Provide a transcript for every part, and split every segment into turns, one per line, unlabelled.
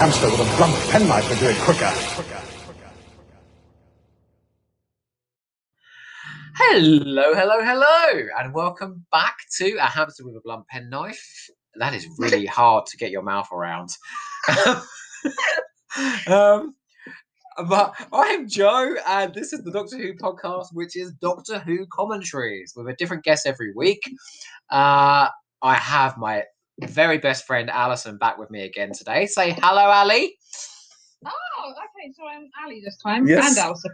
hamster with a blunt penknife would do it quicker.
Hello, hello, hello, and welcome back to a hamster with a blunt penknife. That is really hard to get your mouth around. um, but I'm Joe, and this is the Doctor Who podcast, which is Doctor Who commentaries with a different guest every week. Uh, I have my very best friend Alison back with me again today. Say hello, Ali.
Oh, okay. So I'm Ali this time.
Yes.
And Elsa.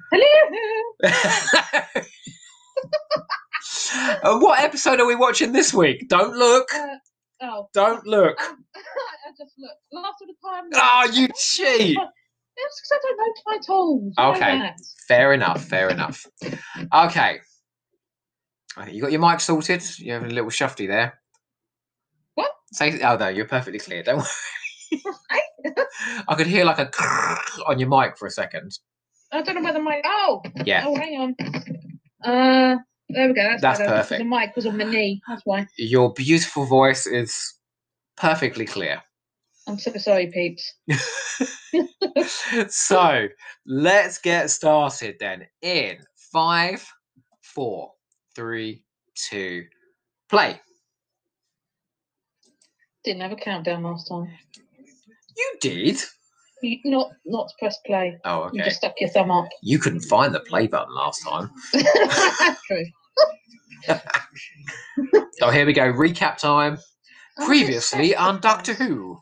Hello.
Uh, what episode are we watching this week? Don't look.
Oh,
Don't look.
I just looked. Last of the time.
Ah, you cheat.
That's because I don't know my tools. You know
Okay.
that.
Fair enough. Fair enough. Okay. Okay, You got your mic sorted. You having a little shufty there.
What?
Say, oh no, you're perfectly clear. Don't worry. I could hear like a on your mic for a second.
I don't know whether my. Oh.
Yeah.
Oh, hang on. Uh, there we go. That's,
That's
better.
perfect.
The mic was on my knee. That's why.
Your beautiful voice is perfectly clear.
I'm so sorry, peeps.
so let's get started then. In five, four, three, two, play.
Didn't have a countdown last time.
You did.
You, not not to press play.
Oh,
You
okay.
just stuck your thumb up.
You couldn't find the play button last time.
True.
Oh, here we go. Recap time.
Oh,
Previously
yes,
on
yes.
Doctor Who.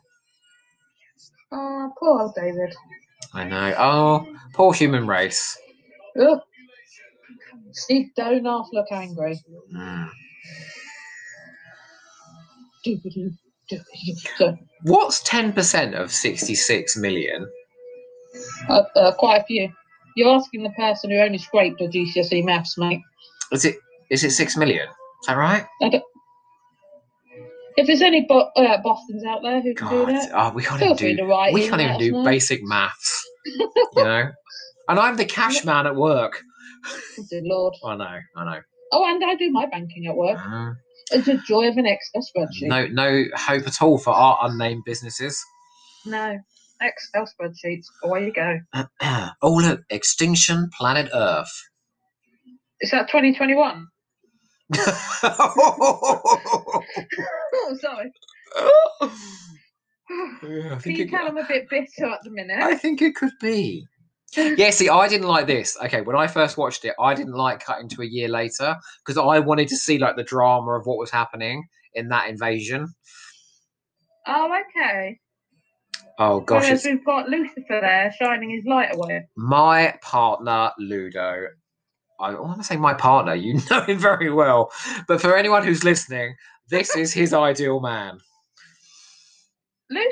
Oh, poor old David.
I know. Oh, poor human race.
Ugh. Steve, don't half look angry.
Mm.
So,
What's 10% of 66 million?
uh, uh, quite a few. You're asking the person who only scraped a GCSE E maths, mate.
Is it is it 6 million? Is that right?
If there's any Bo- uh, Bostons out there who can
God.
do that,
Oh, we can't
feel
even
free
do
to write
we
in,
can't even
let us
do
know.
basic maths. you know? And I'm the cash man at work.
Oh, dear Lord.
I know, I know.
Oh, and I do my banking at work.
Mm.
It's a joy of an Excel spreadsheet.
No no hope at all for our unnamed businesses.
No. Excel spreadsheets. Away you go.
oh look, extinction planet Earth.
Is that 2021?
yeah,
Oh, sorry.
I
Can
think
you
it,
tell I'm a bit bitter at the minute?
I think it could be. Yeah, see, I didn't like this. Okay, when I first watched it, I didn't like cutting to a year later because I wanted to see like the drama of what was happening in that invasion.
Oh, okay.
Oh gosh,
Whereas
it's
we've got Lucifer there shining his light away.
my partner Ludo. I want to say my partner. You know him very well, but for anyone who's listening, this is his ideal man.
Luc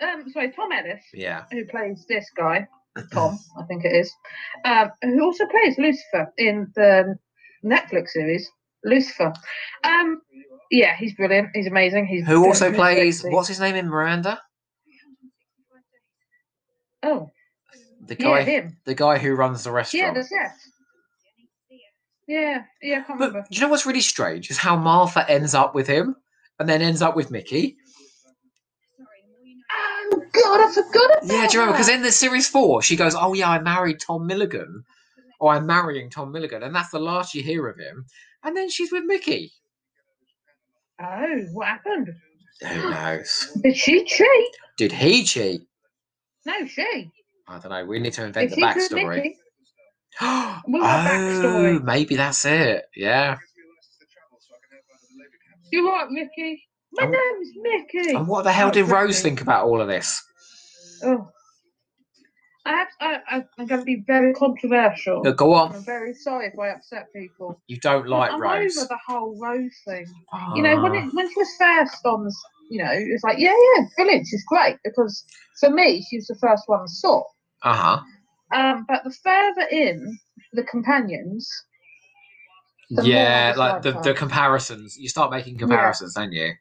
um, sorry, Tom Ellis,
Yeah.
who plays this guy, Tom, I think it is, um, who also plays Lucifer in the Netflix series Lucifer. Um, yeah, he's brilliant. He's amazing. He's
Who also
doing
plays
Netflix.
what's his name in Miranda?
Oh,
The guy
yeah, him.
the guy who runs the
Yeah,
restaurant.
the chef. Yeah, yeah, I can't
but do
remember.
you know what's really strange is how Martha ends up with him and then ends up with Mickey.
Oh God, I forgot about
Yeah, do you remember? Because
that.
in the series four, she goes, "Oh yeah, I married Tom Milligan, or I'm marrying Tom Milligan," and that's the last you hear of him. And then she's with Mickey.
Oh, what happened?
Who knows?
Did she cheat?
Did he cheat?
No, she.
I don't know. We need to invent
Did
the
she cheat
backstory.
Mickey?
oh,
Well, that backstory.
maybe that's it. Yeah.
You all right, Mickey? My
Um,
name's Mickey.
And what the hell
Oh,
did Rose
Mickey.
think about all of this?
Oh. I have, I, I, I'm going to be very controversial.
Uh, Go on.
I'm very sorry if I upset people.
You don't like
I'm
Rose. Uh-huh.
over the whole Rose thing. You know,
Ah.
when, it, when she was first on, s- you know, it was like, yeah, yeah, brilliant, she's great. Because for me, she was the first one I saw.
Uh huh.
Um, but the further in the companions, the more I
Yeah, like
dislike
the,
her.
the comparisons. You start making comparisons, don't you?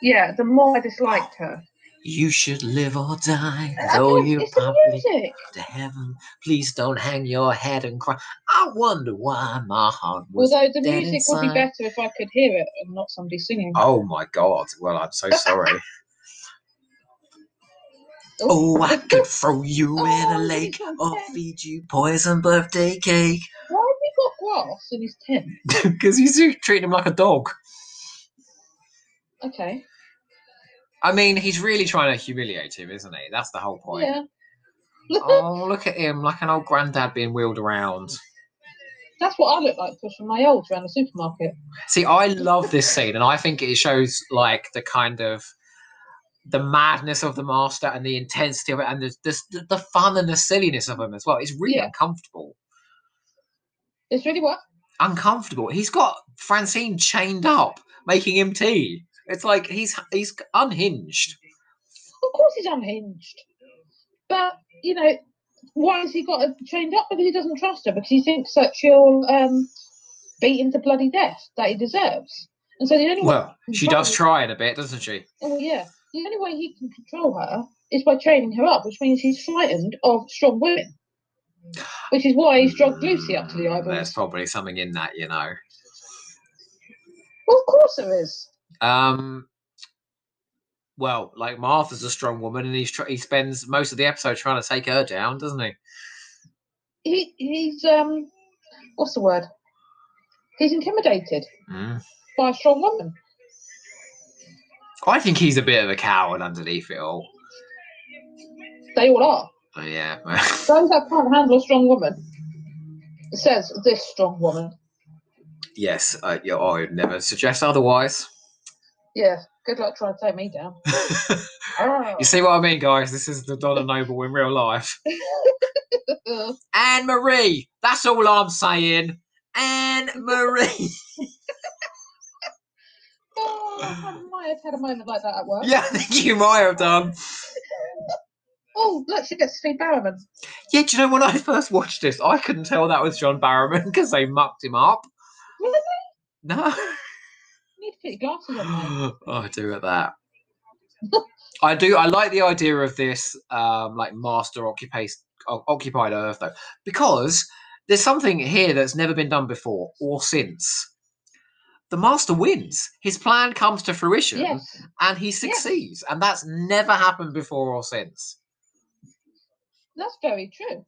yeah, the more I disliked her.
You should live or die,
I
though
don't-
you
it's the
probably
music.
to heaven. Please don't hang your head and cry. I wonder why my heart was.
Although the
dead
music would be
inside.
better if I could hear it and not somebody singing.
Oh my god! Well, I'm so sorry. Oh, I could throw you in a
Oh,
lake
he's
or
upset.
feed you poison birthday cake.
Why have you got grass in his tin?
Because you do treat him like a dog.
Okay.
I mean, he's really trying to humiliate him, isn't he? That's the whole point.
Yeah.
Oh, look at him, like an old granddad being wheeled around.
That's what I look like pushing my old around the supermarket.
See, I love this scene, and I think it shows like the kind of the madness of the master and the intensity of it, and the the, the fun and the silliness of him as well. It's really
Yeah.
uncomfortable.
It's really what?
Uncomfortable. He's got Francine chained up, making him tea. It's like he's he's unhinged.
Of course he's unhinged. But, you know, why has he got her chained up? Because he doesn't trust her, because he thinks that she'll um, beat him to bloody death that he deserves. And so the only way,
Well, she does try it a bit, doesn't she?
oh yeah, the only way he can control her is by training her up, which means he's frightened of strong women. Which is why he's drugged Lucy up to the
Mm,
eyeballs.
There's probably something in that, you know.
Well, of course there is.
Um, well, like Martha's a strong woman, and he's tr- he spends most of the episode trying to take her down, doesn't he?
He he's um, what's the word? He's intimidated
Mm.
by a strong woman.
I think he's a bit of a coward underneath it all.
They all are.
Oh, yeah.
Those that can't handle a strong woman. It says this strong woman.
yes, uh, yeah, I would never suggest otherwise.
Yeah. Good luck trying to take me down. Ah.
You see what I mean, guys? This is the Donna Noble in real life. Anne Marie. That's all I'm saying. Anne Marie.
Oh, I might have had a moment like that at work.
yeah, I think you might have done.
Oh, look, she gets Steve Barrowman.
Yeah, do you know when I first watched this, I couldn't tell that was John Barrowman because they mucked him up.
Really?
No.
You need to put your glasses on. mate.
oh, I do at that. I do. I like the idea of this, um, like master occupation, occupied Earth, though, because there's something here that's never been done before or since. The master wins. His plan comes to fruition,
Yes.
and he succeeds, and that's never happened before or since.
That's very true.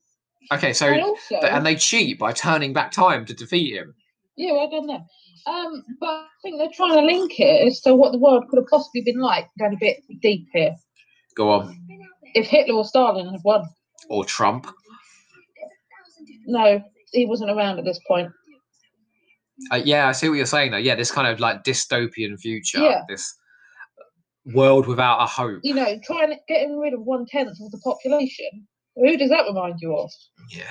Okay, so
And also,
th- and they cheat by turning back time to defeat him.
Yeah, well done there. Um, but I think they're trying to link it as to what the world could have possibly been like. Going a bit deep here.
Go on,
If Hitler or Stalin had won,
or Trump.
no, he wasn't around at this point.
Uh, yeah, I see what you're saying though. Yeah, this kind of like dystopian future,
Yeah.
this world without a hope.
You know, trying to getting rid of one tenth of the population. Who does that remind you of?
Yeah.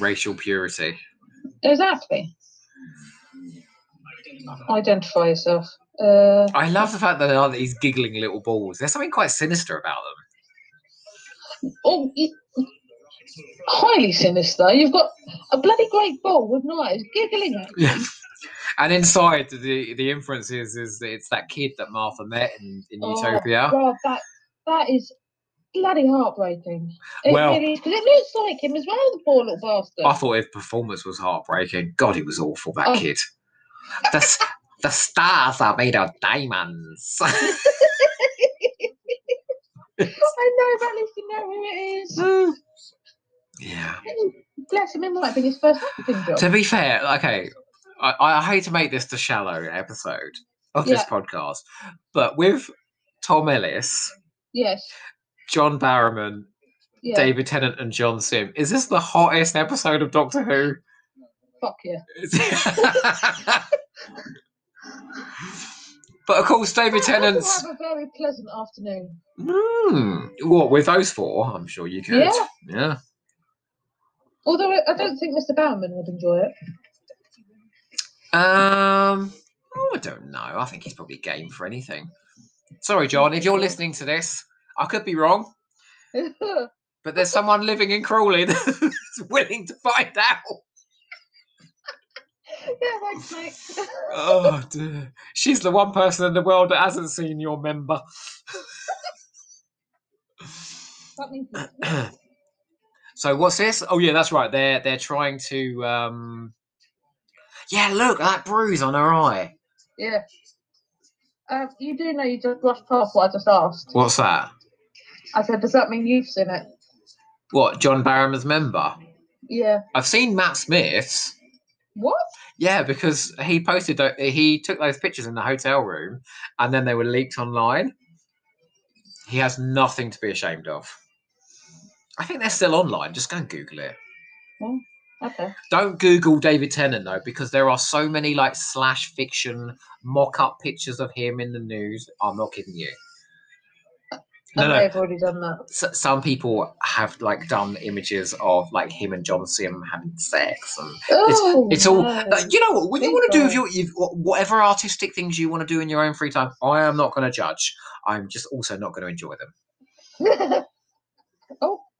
Racial purity.
Exactly. Identify yourself. Uh,
I love the fact that they are these giggling little balls. There's something quite sinister about them.
oh, y- highly sinister. You've got a bloody great ball with knives giggling at you.
Yeah. And inside, the the inference is is that it's that kid that Martha met in, in
Oh,
Utopia.
God, that that is bloody heartbreaking. It
Well-
really because it looks like him as well, the poor little bastard.
I thought his performance was heartbreaking. God, he was awful. That
Oh.
kid. The s- the stars are made of diamonds.
I know that least you know who it is.
yeah.
Bless him, it might be his first acting job.
To be fair, okay, I, I hate to make this the shallow episode of this
Yeah.
podcast, but with Tom Ellis,
Yes.
John Barrowman,
Yeah.
David Tennant, and John Sim, is this the hottest episode of Doctor Who?
Fuck yeah.
but of course, David
I hope you
Tennant's.
have a very pleasant afternoon.
Mm, what with those four? I'm sure you could.
Yeah.
yeah.
Although I I don't think Mr. Bowman would enjoy it.
Um, oh, I don't know. I think he's probably game for anything. Sorry, John, if you're listening to this, I could be wrong, but there's someone living in Crawley that's willing to find out.
yeah, thanks, mate.
Oh, dear. She's the one person in the world that hasn't seen your member.
that means
so what's this? Oh yeah, that's right. They're they're trying to. um Yeah, look that bruise on her eye.
yeah. Um, you do know you just brushed past what I just asked.
What's that?
I said, does that mean you've seen it?
What, John Barrowman's member?
Yeah.
I've seen Matt Smith's.
What?
Yeah, because he posted, tho- he took those pictures in the hotel room and then they were leaked online. He has nothing to be ashamed of. I think they're still online. Just go and Google it.
Okay.
Don't Google David Tennant though, because there are so many like slash fiction mock-up pictures of him in the news. I'm not kidding you.
I
No,
may
no.
have already done that.
S- some people have like done images of like him and John Sim having sex, and
Oh,
it's all.
no.
like, you know what? When you want to do with
People.
your you, whatever artistic things you want to do in your own free time, I am not going to judge. I'm just also not going to enjoy them.
oh.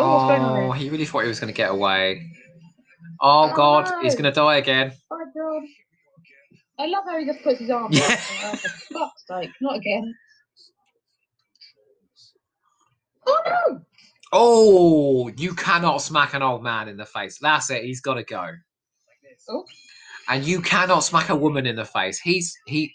Oh, what's going on
oh
here?
he really thought he was going to get away. Oh,
Oh,
God, he's
no.
going to die again.
Bye, John. I love how he just puts his arm
Yeah.
up. Oh, for fuck's sake, not again. Oh no!
Oh, you cannot smack an old man in the face. That's it. He's got to go.
Oh.
And you cannot smack a woman in the face. He's he.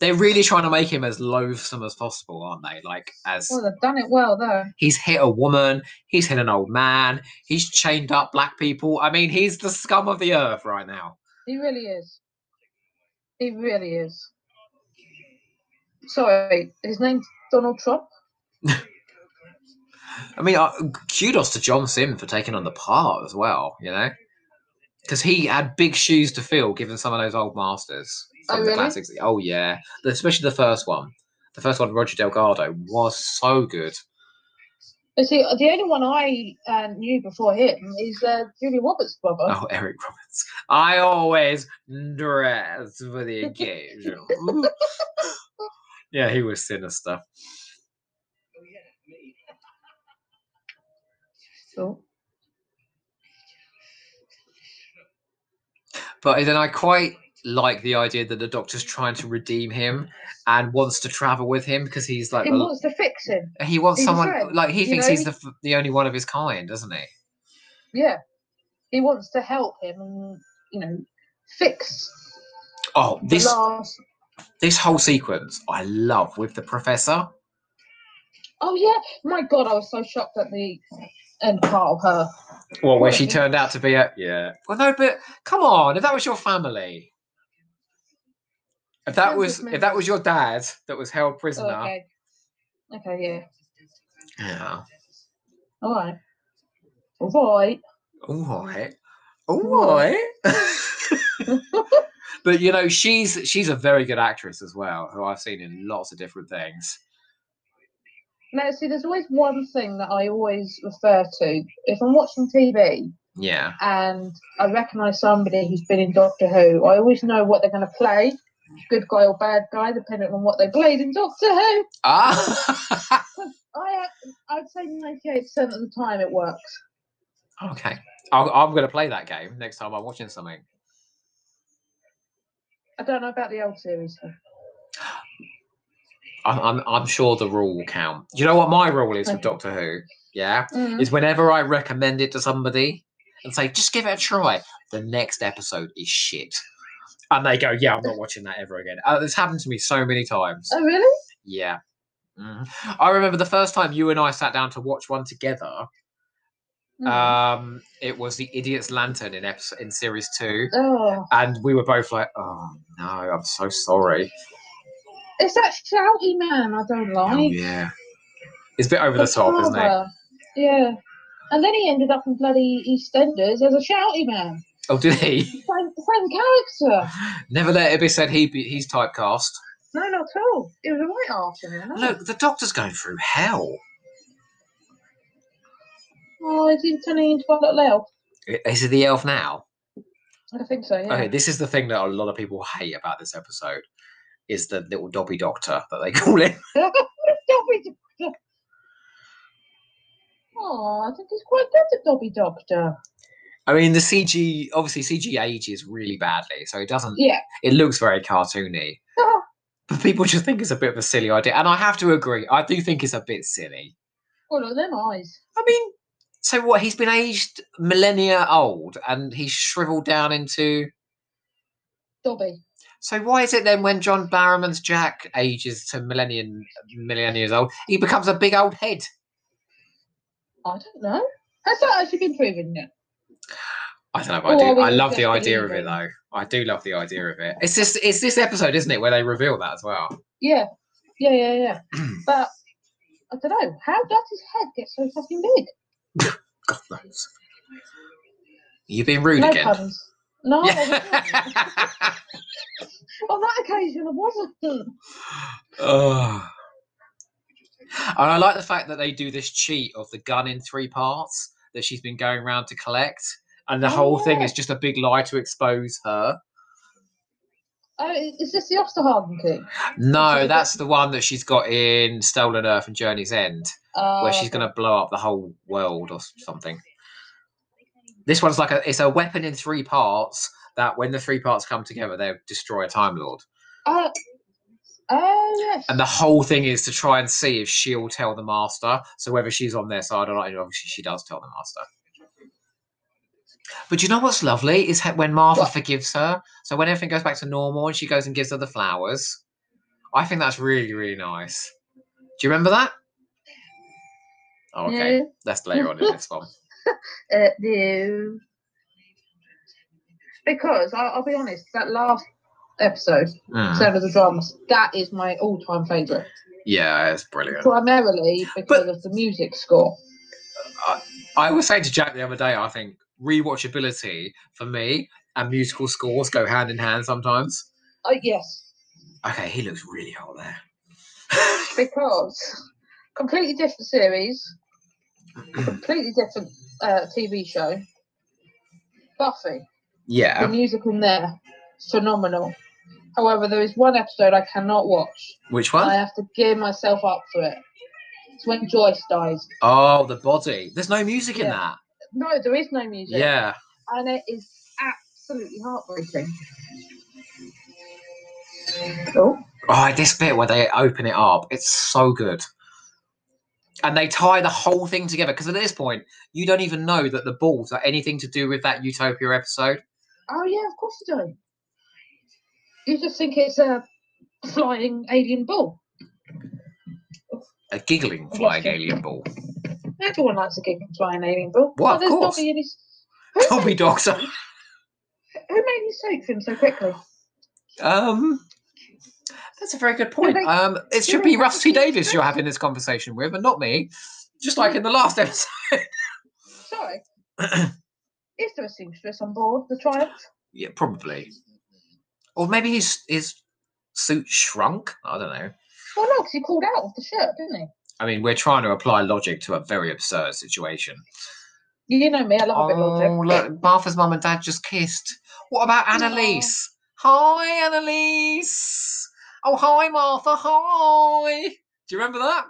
They're really trying to make him as loathsome as possible, aren't they? Like as
Well, they've done it well there.
he's hit a woman, he's hit an old man, he's chained up black people. I mean, he's the scum of the earth right now.
He really is. He really is. Sorry, his name's Donald Trump.
I mean, uh, kudos to John Sim for taking on the part as well. You know, because he had big shoes to fill, given some of those old masters
Oh,
from the
really?
classics. Oh yeah, The- especially the first one. The first one, Roger Delgado, was so good.
You see, the only one I uh, knew before him is uh, Julie Roberts' brother.
Oh, Eric Roberts. I always dress for the occasion. yeah, he was sinister.
Oh.
But then I quite like the idea that the doctor's trying to redeem him and wants to travel with him because he's like
He
the-
wants to fix him.
he wants
he's a
someone
friend,
like he
you
thinks
know?
he's the, f- the only one of his kind, doesn't he?
Yeah. He wants to help him and, you know, fix
Oh, this
the last
this whole sequence I love with the professor.
Oh yeah, my god, I was so shocked at the end part of her.
Well, where
Well,
she
it-
turned out to be a yeah. Well, no, but come on, if that was your family, if that
Friends
was
with
if that was your dad that was held
Oh,
prisoner,
okay. Okay, yeah.
yeah,
All right. All right.
all right, all right. but you know, she's she's a very good actress as well, who I've seen in lots of different things.
Now, see, there's always one thing that I always refer to. If I'm watching TV
Yeah,
and I recognise somebody who's been in Doctor Who, I always know what they're going to play, good guy or bad guy, depending on what they played in Doctor Who.
ah,
I, I'd say 98% of the time it works.
okay. I'll, I'm going to play that game next time I'm watching something.
I don't know about the old series. though.
I'm, I'm, I'm sure the rule will count. You know what my rule is with
Okay.
Doctor Who? Yeah,
Mm.
is whenever I recommend it to somebody and say, just give it a try, the next episode is shit. And they go, yeah, I'm not watching that ever again. Uh, this happened to me so many times.
Oh, really?
Yeah. Mhm. I remember the first time you and I sat down to watch one together.
Mm.
Um, it was the Idiot's Lantern in episode, in series two,
oh.
and we were both like, "Oh no, I'm so sorry."
It's that shouty man I don't like.
Oh yeah, it's a bit over the top, isn't it?
father. Yeah. And then he ended up in bloody EastEnders as a shouty man.
Oh, did he?
Same, same character.
Never let it be said he be, he's typecast.
No, not at all. It was a right after him. wasn't it?
Look, the Doctor's going through hell.
Oh, is he turning into a little elf?
I- Is he the elf now?
I think so, yeah.
Okay, this is the thing that a lot of people hate about this episode is the little Dobby Doctor that they call him.
Dobby Doctor. Oh, I think he's quite good at Dobby Doctor.
I mean, the CG obviously CG ages really badly, so it doesn't.
Yeah.
It looks very cartoony. But people just think it's a bit of a silly idea, and I have to agree. I do think it's a bit silly.
Oh, look, them eyes.
I mean, so what? He's been aged millennia old, and he's shriveled down into
Dobby.
So why is it then when John Barrowman's Jack ages to millennium million years old, he becomes a big old head?
I don't know. Has that actually been proven yet?
I don't know. But I
Or
do.
we
I
could
love the
just
idea of it
believe him.
though. I do love the idea of it. It's this. It's this episode, isn't it, where they reveal that as well?
Yeah, yeah, yeah, yeah. but I don't know. How does his head get so fucking big?
God knows. You've been rude
no
again.
puns. No, I wasn't.
Yeah.
on that occasion I wasn't. Oh,
Ugh. Oh. and I like the fact that they do this cheat of the gun in three parts that she's been going around to collect, and the
Oh,
whole thing
yeah.
is just a big lie to expose her.
Oh, i- is this the Osterhagen thing?
No,
Sorry,
that's the one that she's got in Stolen Earth and Journey's End,
Uh,
where she's going to blow up the whole world or s- something. This one's like a it's a weapon in three parts that when the three parts come together, they destroy a Time Lord.
Uh, oh yes.
And the whole thing is to try and see if she'll tell the master. So whether she's on their side or not, and obviously she does tell the master. But you know what's lovely is he- when Martha
What?
forgives her. So when everything goes back to normal and she goes and gives her the flowers, I think that's really really nice. Do you remember that? Oh, okay,
Yeah.
that's later on in this one.
Uh, no. Because I, I'll be honest, that last episode,
Mm.
Seven of the Drums, that is my all-time favourite.
Yeah, it's brilliant.
Primarily because of the music score.
I was saying to Jack the other day, I think rewatchability for me and musical scores go hand in hand sometimes.
Oh yes,
Okay, he looks really hot there.
because completely different series, completely different uh, TV show. Buffy, the
yeah,
music in there, phenomenal. However, there is one episode I cannot watch.
which one?
I have to gear myself up for it. It's when Joyce dies.
Oh, the body. There's no music in
Yeah.
that.
No, there is no music.
Yeah.
And it is absolutely heartbreaking. Oh.
Oh, this bit where they open it up, it's so good. And they tie the whole thing together because at this point, you don't even know that the balls are anything to do with that Utopia episode.
Oh yeah, of course you do. You just think it's a flying alien ball.
A giggling flying alien ball.
Everyone likes a gig and flying alien ball.
Well,
Oh,
of
there's
course.
Dobby and his. Who
Dobby
made-
Doctor.
Who made you soak him so quickly?
Um, that's a very good point.
they-
Um, it
do
should
they
be
have
Rusty
to keep
Davis you're having this conversation with, and not me. Just like in the last episode.
Sorry. Is there a seamstress on board the Triumph?
Yeah, probably. Or maybe his his suit shrunk. I don't know.
Well, no, because he called out of the shirt, didn't
I mean, we're trying to apply logic to a very absurd situation.
he? You know me, I love a bit of logic.
Oh, look, Martha's mum and dad just kissed. What about
Aw.
Annalise? Hi, Annalise. Oh, hi, Martha. Hi. Do you remember that?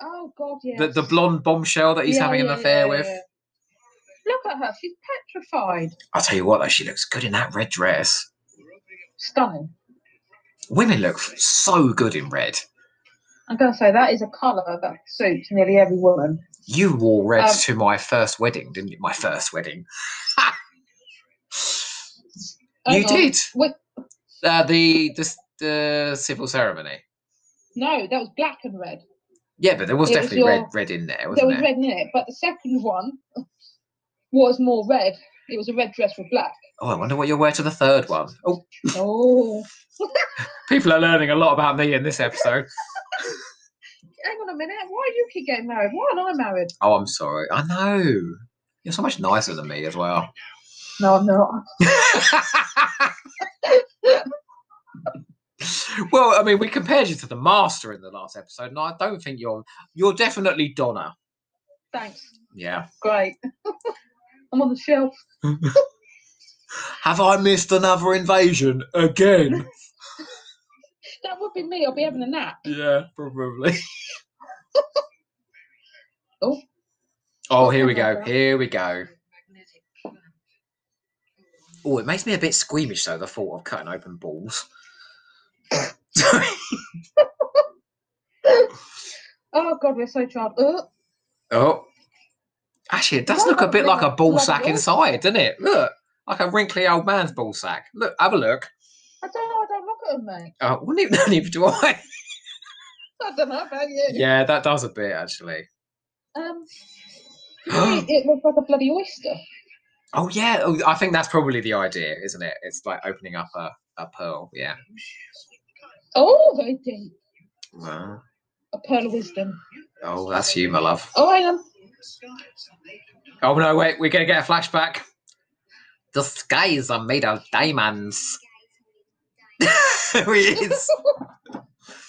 Oh God, yeah.
The, the blonde bombshell that he's having an affair with.
Look at her; she's petrified.
I'll tell you what, though, she looks good in that red dress.
Stunning.
Women look so good in red.
I'm gonna say that is a colour that suits nearly every woman.
You wore red
Um,
to my first wedding, didn't you? My first wedding.
Hang
you
on.
did.
Wait,
Uh, the, the the civil ceremony.
no, that was black and red.
Yeah, but there was
It was
definitely red
your-
red in there,
there
wasn't
was
there?
red in it, but the second one was more red. It was a red dress with black.
Oh, I wonder what you'll wear to the third one. Oh,
Oh,
people are learning a lot about me in this episode.
hang on a minute. Why do you keep getting married? Why am I married?
Oh, I'm sorry. I know. You're so much nicer than me as well.
No, I'm not.
well, I mean, we compared you to the master in the last episode, and I don't think you're you're definitely Donna.
Thanks.
Yeah.
Great. I'm on the shelf.
Have I missed another invasion again?
That would be me. I'll be having a nap.
yeah, probably.
Oh.
Oh, here we go. Here we go. Oh, it makes me a bit squeamish though, the thought of cutting open balls.
Oh God, we're so Uh, charred. Ugh.
oh. Actually, it does
Why
look a
don't
bit
we
like a
have
ball
bloody
sack
oysters?
inside, doesn't it? Look. Like a wrinkly old man's ball sack. Look, have a look.
I don't. I don't look at them, mate.
Oh, well, neither, neither do I.
I don't know about you.
yeah, that does a bit actually.
Um, it, it looks like a bloody oyster.
Oh yeah, oh, I think that's probably the idea, isn't it? It's like opening up a, a pearl. Yeah.
Oh, very deep.
Wow.
A pearl of wisdom.
Oh, that's humour, love.
Oh, hang on.
Oh no, wait, we're gonna get a flashback. The skies are made of diamonds. It is.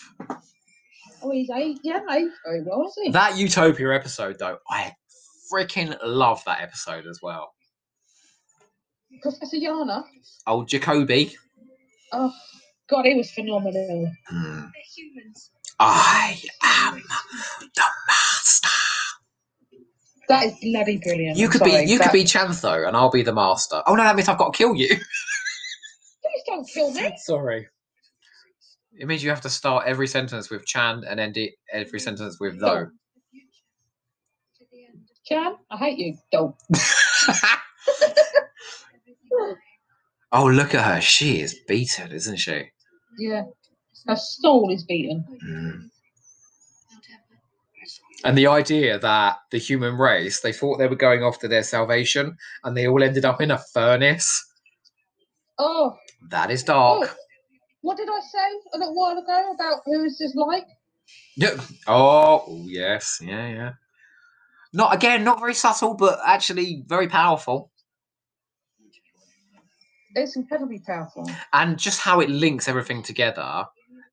Oh, he's eight. Yeah, mate. Very well, is he?
that Utopia episode though, I freaking love that episode as well.
Professor Yana.
Old Jacoby.
Oh, God, he was phenomenal.
Hmm. I am the master.
That is bloody brilliant.
You
I'm
could
sorry,
be you
but-
could be Chantho and I'll be the master. Oh no, that means I've got to kill you.
Please don't kill me.
Sorry. It means you have to start every sentence with Chan and end it every sentence with though.
Chan, I hate you. Don't.
oh, look at her. She is beaten, isn't she?
Yeah. Her soul is beaten.
Mm. And the idea that the human race, they thought they were going after their salvation and they all ended up in a furnace.
Oh,
That is dark.
what did I say a little while ago about who is this like?
Yep. Oh, oh, yes. Yeah, yeah. Not again, not very subtle, but actually very powerful.
It's incredibly powerful.
And just how it links everything together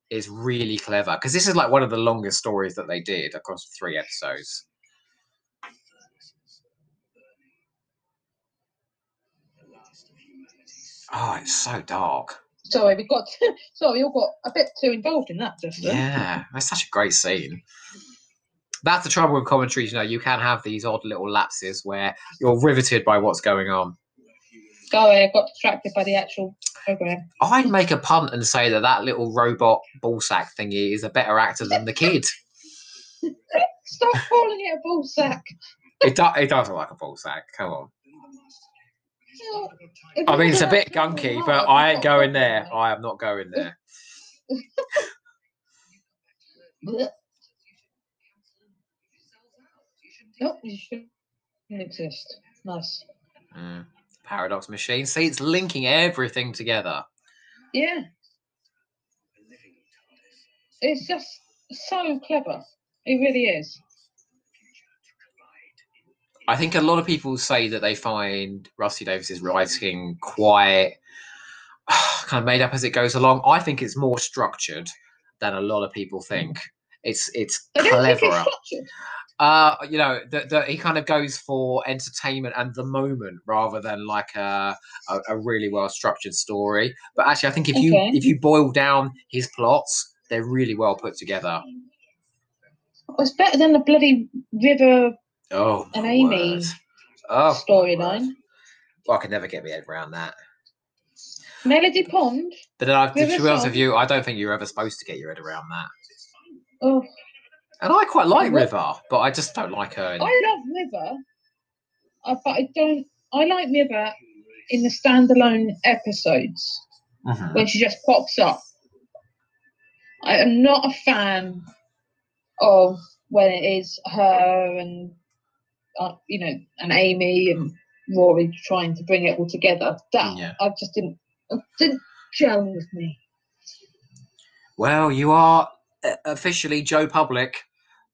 is really clever. Because this is like one of the longest stories that they did across three episodes. Oh, it's so dark.
Sorry, we got. sorry, we all got a bit too involved in that, Justin.
Yeah, that's such a great scene. That's the trouble with commentaries, you know, you can have these odd little lapses where you're riveted by what's going on.
Sorry, I got distracted by the actual program.
I'd make a punt and say that that little robot ball sack thingy is a better actor than the kid.
Stop calling it a ball sack.
It, do- it does look like a ball sack. Come on.
Well, if
I
you
mean, it's a
look
bit
at that picture
gunky,
of
but
Mark,
I
he's
ain't
got a
going
ball
there.
sack.
I am not going there.
Blech. Nope, you shouldn't exist. Nice.
Mm. Paradox machine. See, it's linking everything together.
Yeah. It's just so clever. It really is.
I think a lot of people say that they find Rusty Davis's writing quite kind of made up as it goes along. I think it's more structured than a lot of people think. It's it's
I don't think it's
cleverer.
structured.
uh you know that that he kind of goes for entertainment and the moment rather than like a a, a really well structured story but actually i think if you
Okay.
if you boil down his plots they're really well put together
It's better than the bloody river
oh
And
my
Amy
word. Oh, my
storyline.
word. well i could never get my head around that
Melody Pond.
but then i
River
to be honest with
Song.
you i don't think you're ever supposed to get your head around that
Oh,
and i quite like
Ri-
river but i just don't like her in-
I love River, uh, but I don't. I like River in the standalone episodes
Mhm.
when she just pops up. I am not a fan of when it is her and uh, you know and Amy and Rory trying to bring it all together. That
Yeah.
I just didn't it didn't gel with me.
Well, you are uh, officially Joe Public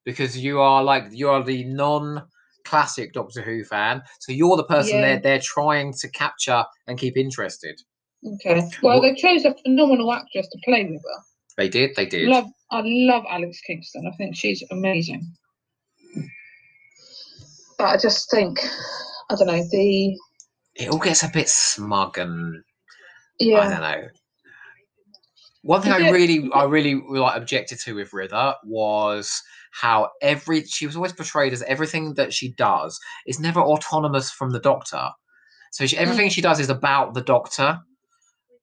because you are like you are the non-classic Doctor Who fan. So you're the person
Yeah.
they're they're trying to capture and keep interested.
Okay.
Wha-
Well, they chose a phenomenal actress to play with her.
They did, they did.
Love, I love Alex Kingston. I think she's amazing. But I just think, I don't know, the
It all gets a bit smug and I
yeah,
don't know. One thing
Is
I
it-
really, I really like objected to with Rither was how every she was always portrayed as everything that she does is never autonomous from the Doctor. So
Mm.
she, everything she does is about the Doctor,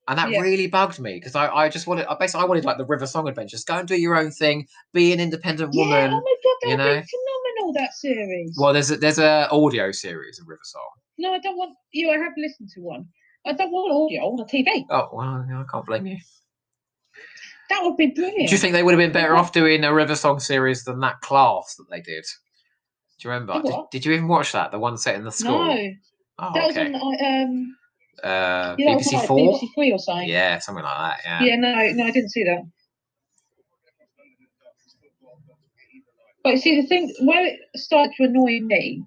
and that
Yeah.
really bugged me because I, I just wanted, I basically, I wanted like the River Song Adventures, go and do your own thing, be an independent
yeah.
woman.
Oh my god, that
you
would
know?
be phenomenal. That series.
Well, there's a, there's a audio series of River Song.
No, I don't want you. I have listened to one. I don't want audio on the TV.
Oh well, yeah, I can't blame you.
That would be brilliant.
Do you think they would have been better off doing a River Song series than that class that they did? Do you remember?
The
Did,
what?
did you even watch that? The one set in the school?
no,
Oh,
that was
okay.
on um,
uh,
yeah, that was
BBC
like
Four.
BBC Three or something.
Yeah, something like that. Yeah.
Yeah, no, no, I didn't see that. But see, the thing where it started to annoy me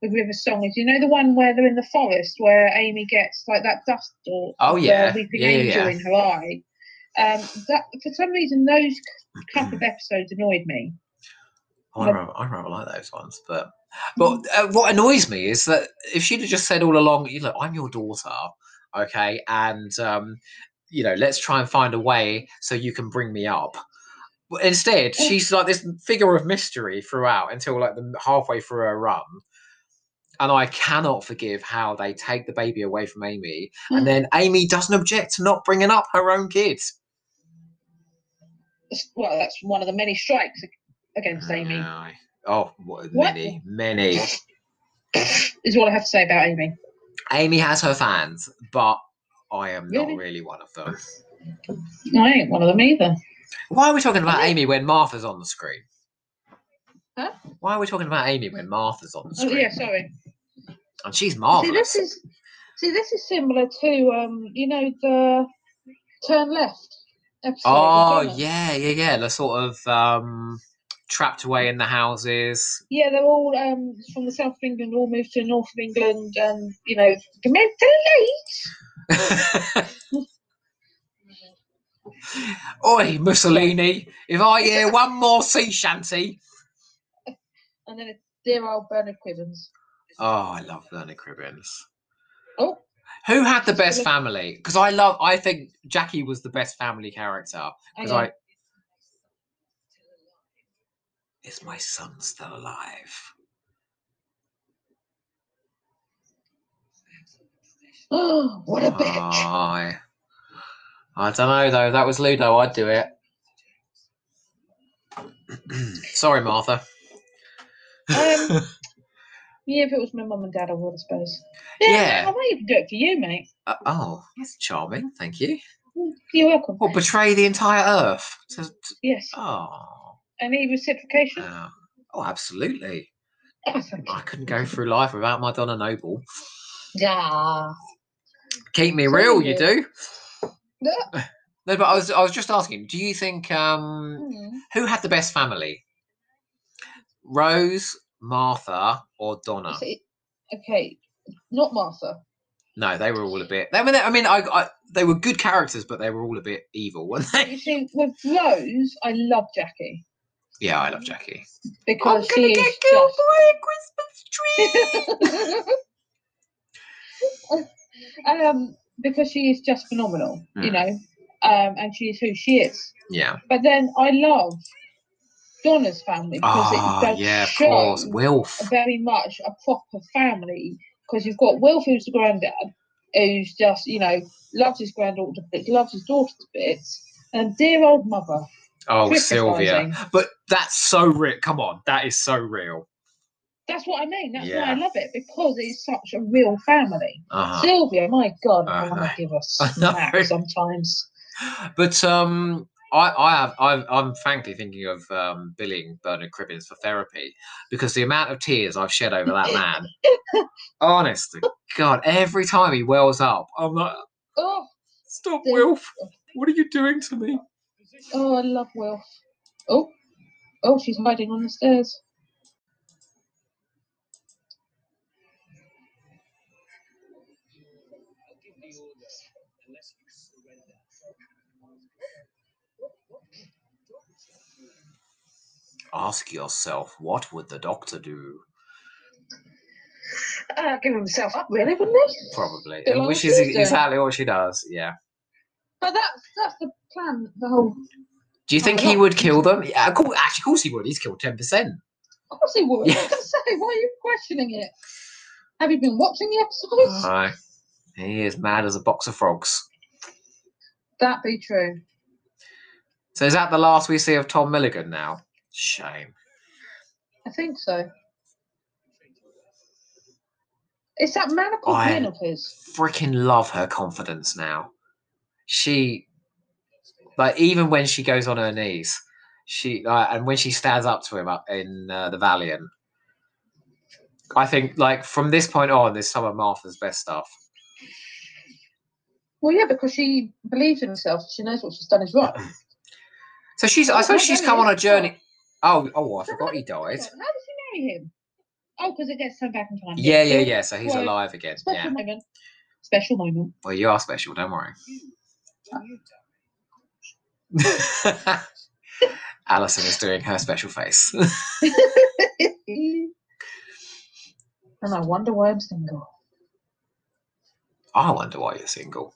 with River Song is you know the one where they're in the forest where Amy gets like that dust or
Oh,
the
yeah.
weeping
Yeah, yeah,
angel
yeah.
in her eye. Um, that for some reason those couple of episodes annoyed me.
I remember, I remember like those ones, but
Mm.
but uh, what annoys me is that if she'd have just said all along, you know, I'm your daughter, okay, and um, you know, let's try and find a way so you can bring me up. But instead,
Mm.
she's like this figure of mystery throughout until like the halfway through her run, and I cannot forgive how they take the baby away from Amy,
Mm.
and then Amy doesn't object to not bringing up her own kids.
That's- Well, that's one of the many strikes ag- against Amy.
Aye. Oh, what,
What?
many, many.
Is what I have to say about Amy.
Amy has her fans, but I am
Really?
not really one of them.
I ain't one of them either.
Why are we talking about
Really?
Amy when Martha's on the screen?
Huh?
Why are we talking about Amy when Martha's on the
Oh
screen?
yeah, sorry.
And she's
See,
marvelous.
this is see, this is similar to um, you know, the turn left episode.
oh
with Donna.
yeah, yeah, yeah. The sort of um, trapped away in the houses.
Yeah, they're all um from the south of England, all moved to the north of England, and you know, they moved to Leeds.
Oi, Mussolini! If I hear one more sea shanty,
And then it's dear old Bernard Cribbins.
oh, I love Learning Cribbins.
Oh,
Who had the
Just a
best
little-
family? Because I love, I think Jackie was the best family character.
hang
Because
on.
I. Is my son still alive?
Oh, what a
Ah.
bitch!
Aye. I don't know though. That was Ludo. I'd do it. Sorry, Martha.
Um, yeah, if it was my mum and dad, I would, I suppose.
Yeah.
I might even do it for you, mate.
Uh, oh, that's charming. Thank you.
You're welcome.
Well, betray the entire Earth. To, to,
Yes.
oh,
Any reciprocation?
yeah. oh, absolutely.
Oh, thank you.
I couldn't go through life without my Donna Noble.
Yeah.
Keep me
So
real, you
weird.
do. No, but I was, I was just asking. Do you think um, who had the best family? Rose, Martha, or Donna?
See, okay, not Martha.
No, they were all a bit. I mean, I mean, I, I they were good characters, but they were all a bit evil, weren't they?
You see, with Rose, I love Jackie
Yeah, I love Jackie.
because she is
Christmas tree.
just. um, because she is just phenomenal, you
Hmm.
know, um, and she is who she is.
Yeah.
But then I love Donna's family because it
Oh,
does
yeah, of
show
course. Wilf.
very much a proper family because you've got Wilf, who's the granddad, who's just, you know, loves his granddaughter to bits, loves his daughter to bits, and dear old mother.
Oh,
Christmas
Sylvia.
rising.
But that's so real. Come on, that is so real.
That's what I mean. That's why
Yeah.
I love it because it's such a real family.
Uh huh.
Sylvia, my God,
I
I want
know.
to give her
Ah. I know.
smack sometimes.
But um, I, I have, I'm, I'm frankly thinking of um, billing Bernard Cribbins for therapy because the amount of tears I've shed over that man. honest to God, every time he wells up, I'm like,
Oh,
stop,
Then-
Wilf. What are you doing to me?
oh, I love Wilf. Oh, oh, she's hiding on the stairs.
Ask yourself, what would the doctor do?
Uh, giving himself up, really, wouldn't he?
Probably.
Bit like
Which
what
is
she's doing.
exactly what she does, yeah.
But that's that's the plan. The whole,
Do you
Oh,
think
yeah.
he would kill them? Yeah, of course, actually, of course he would. He's killed 10%.
of course, he would. I
Yeah.
was gonna say, why are you questioning it? Have you been watching the episodes?
Aye. He is mad as a box of frogs.
that be true.
So is that the last we see of Tom Milligan now? Shame.
I think so. It's that maniple
I-
grin of his.
freaking love her confidence now. She, like, even when she goes on her knees, she uh, and when she stands up to him up in uh, the Valiant, I think like from this point on, this is some of Martha's best stuff.
Well, yeah, because she believes in herself. She knows what she's done is right.
So she's, I
Oh,
suppose
no,
she's
no,
come
he
on a
is.
journey. Oh, oh, I
So
forgot
how
he
does
died.
How does he marry him? Oh, because it gets turned back in time.
Yeah, yeah,
So,
yeah. So he's
Well,
alive again.
Special
Yeah.
moment. Special moment.
Well, you are special. Don't worry. Alison is doing her special face.
and I wonder why I'm single.
I wonder why you're single.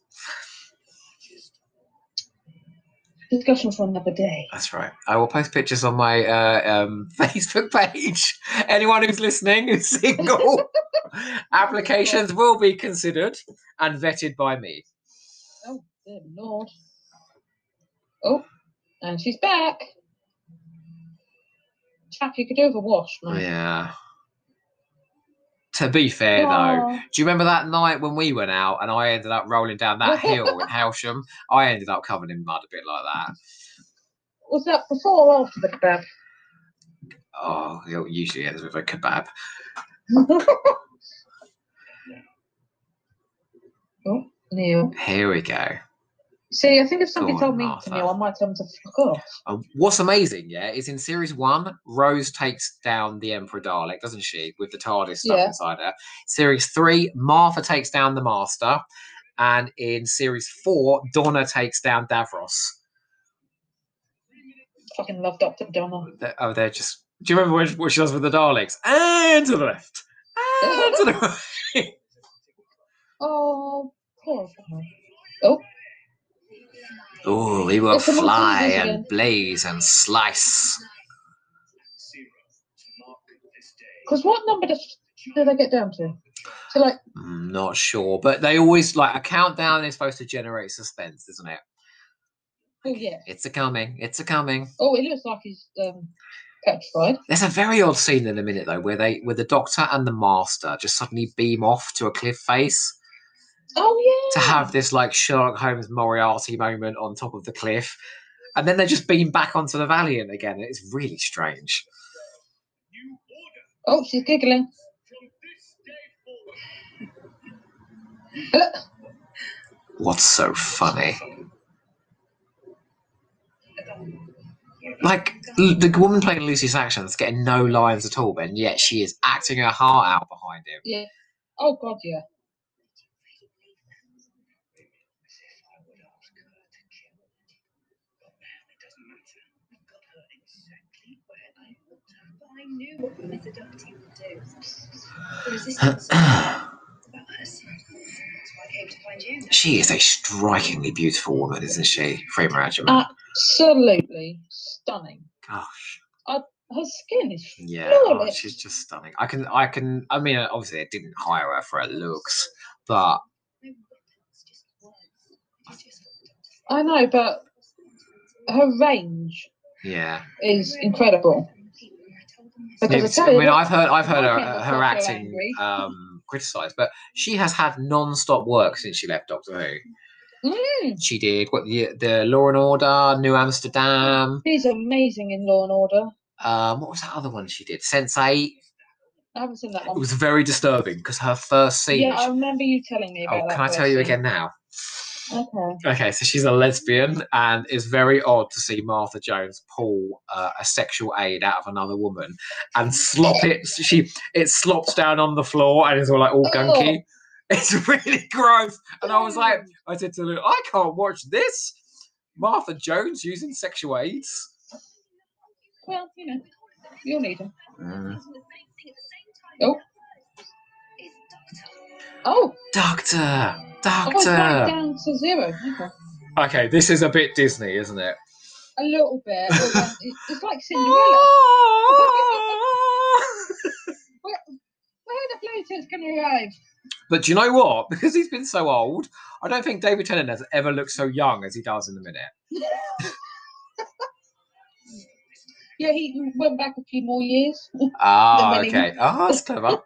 Discussion for another day.
That's right. I will post pictures on my uh, um, Facebook page. Anyone who's listening who's single, applications will be considered and vetted by me.
Oh, dear lord. Oh, and she's back. Chap, you could overwash, man.
Yeah. To be fair, though,
Aw.
do you remember that night when we went out and I ended up rolling down that hill in Howsham? I ended up covered in mud a bit like that.
Was that before or after the kebab?
Oh, it usually ends with a kebab.
oh, Neil.
Here we go.
See, I think if somebody
on,
told me
Martha.
to Neil, I might tell them to fuck off.
Um, what's amazing, yeah, is in series one, Rose takes down the Emperor Dalek, doesn't she, with the TARDIS stuff
Yeah.
inside her. Series three, Martha takes down the Master, and in series four, Donna takes down Davros.
Fucking love Dr. Donna.
They're- oh, they're just. Do you remember when, what she does with the Daleks? And to the left, and to the right.
Oh, poor guy.
Oh, he will
It's the Maltesers
fly
again.
and blaze and slice.
Because what number does, do they get down to? So, like,
I'm Mm, not sure, but they always like a countdown is supposed to generate suspense, isn't it?
oh, yeah.
It's a coming. It's a coming.
Oh, it looks like he's um, petrified.
There's a very odd scene in a minute though, where they, where the Doctor and the Master just suddenly beam off to a cliff face
Oh,
to
yeah.
have this like Sherlock Holmes Moriarty moment on top of the cliff, and then they just beam back onto the Valiant again. It's really strange.
Oh, she's giggling.
What's so funny? Like l- the woman playing Lucy Saxon's getting no lines at all, and yet she is acting her heart out behind him.
Yeah. Oh, God, yeah.
I knew what the method of team would do. The resistance about us. That's why I came to find you.
she is a strikingly beautiful woman, isn't she, Freema Agyeman?
Uh, Absolutely stunning.
Gosh.
Her skin is
Yeah, oh,
flawless.
she's just stunning. I can, I can, I mean, obviously, I didn't hire her for her looks, but
No weapons, just words. It's just what
I know, but her range
yeah.
is incredible. Because
It's-
I
I
tell you
mean,
what-
I've heard, I've heard
I
her,
think that's
her
why I feel
acting
angry.
um, criticised, but she has had non-stop work since she left Doctor Who.
Mm,
She did what the, the Law and Order, New Amsterdam.
she's amazing in Law and Order.
Um, what was that other one she did? Sense Eight.
I haven't seen that
It
one.
was very disturbing because her first scene.
yeah, I remember you telling me about
oh,
that.
can I tell
first
you
scene.
again now?
Okay.
Okay, so she's a lesbian, and it's very odd to see Martha Jones pull uh, a sexual aid out of another woman and slop it. She it slops down on the floor and is all like all gunky. It's really gross. And I was like, I said to Lou, I can't watch this. Martha Jones using sexual aids.
Well, you know, you'll need them.
Oh.
Oh. Oh,
Doctor,
I was right
doctor.
down to zero. Okay.
Okay, this is a bit Disney, isn't it?
A little bit. although it- It's like Cinderella. Where the Bluetooth can arrive?
But do you know what? Because he's been so old, I don't think David Tennant has ever looked so young as he does in the minute.
Yeah, he went back a few more years.
Ah,
The mini.
okay. Ah, that's clever.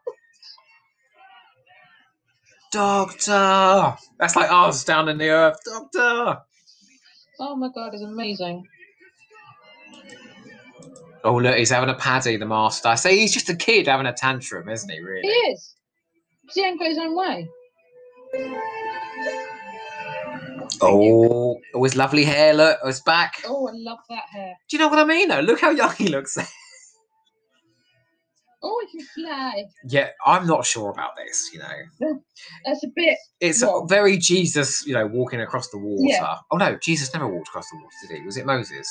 Doctor. That's like us down in the earth. Doctor.
Oh my god, it's amazing.
Oh, look, he's having a paddy, the master. I say he's just a kid having a tantrum, isn't he,
He
really?
is. He ain't got his own way.
Oh, oh, his lovely hair, look, oh, his back.
Oh, I love that hair.
Do you know what I mean, though? Look how young he looks.
Oh, I can fly.
yeah, I'm not sure about this, you know.
That's a bit.
It's
Well-
very Jesus, you know, walking across the water.
Yeah.
Oh, no, Jesus never walked across the water, did he? Was it Moses?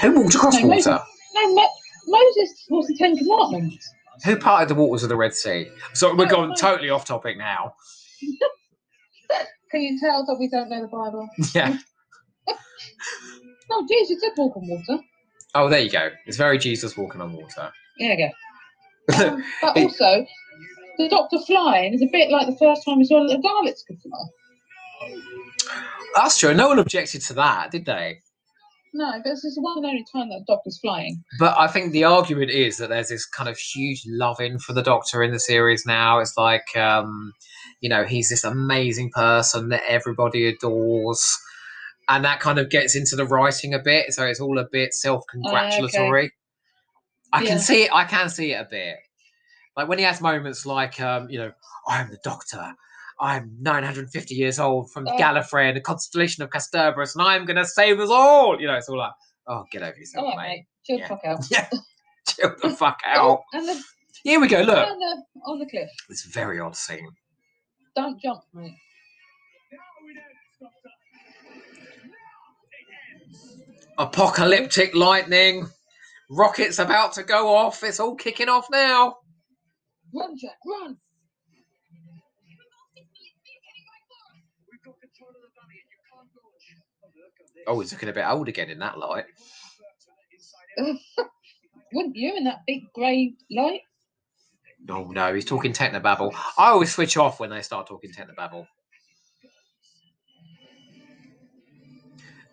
Who walked across
No, Moses-
water?
No, Mo- Moses was the Ten Commandments.
Who parted the waters of the Red Sea? So we're
Oh,
going
oh.
totally off topic now.
Can you tell that we don't know the Bible?
Yeah.
No, Jesus did walk on water.
Oh, there you go. It's very Jesus walking on water.
There you go. Um, but also, the Doctor flying is a bit like the first time we saw that the Daleks could fly.
That's true. No one objected to that, did they?
No, but this is the one and only time that the Doctor's flying.
But I think the argument is that there's this kind of huge love in for the Doctor in the series now. It's like, um, you know, he's this amazing person that everybody adores. And that kind of gets into the writing a bit. So it's all a bit self congratulatory. I
Yeah.
can see it. I can see it a bit. Like when he has moments like, um, you know, I'm the Doctor. I'm 950 years old from
Oh.
Gallifrey and the constellation of Casterbarus, and I'm going to save us all. You know, it's all like, oh, get over yourself,
All right,
mate
mate. Chill
Yeah.
the fuck out.
chill the fuck out.
And the,
Here we go. Look,
and the, on the cliff.
it's a very odd scene.
Don't jump, mate.
Apocalyptic lightning, rockets about to go off. It's all kicking off now.
Run, Jack, run.
Oh, he's looking a bit old again in that light.
Wouldn't you in that big grey light?
Oh no, he's talking technobabble. I always switch off when they start talking technobabble.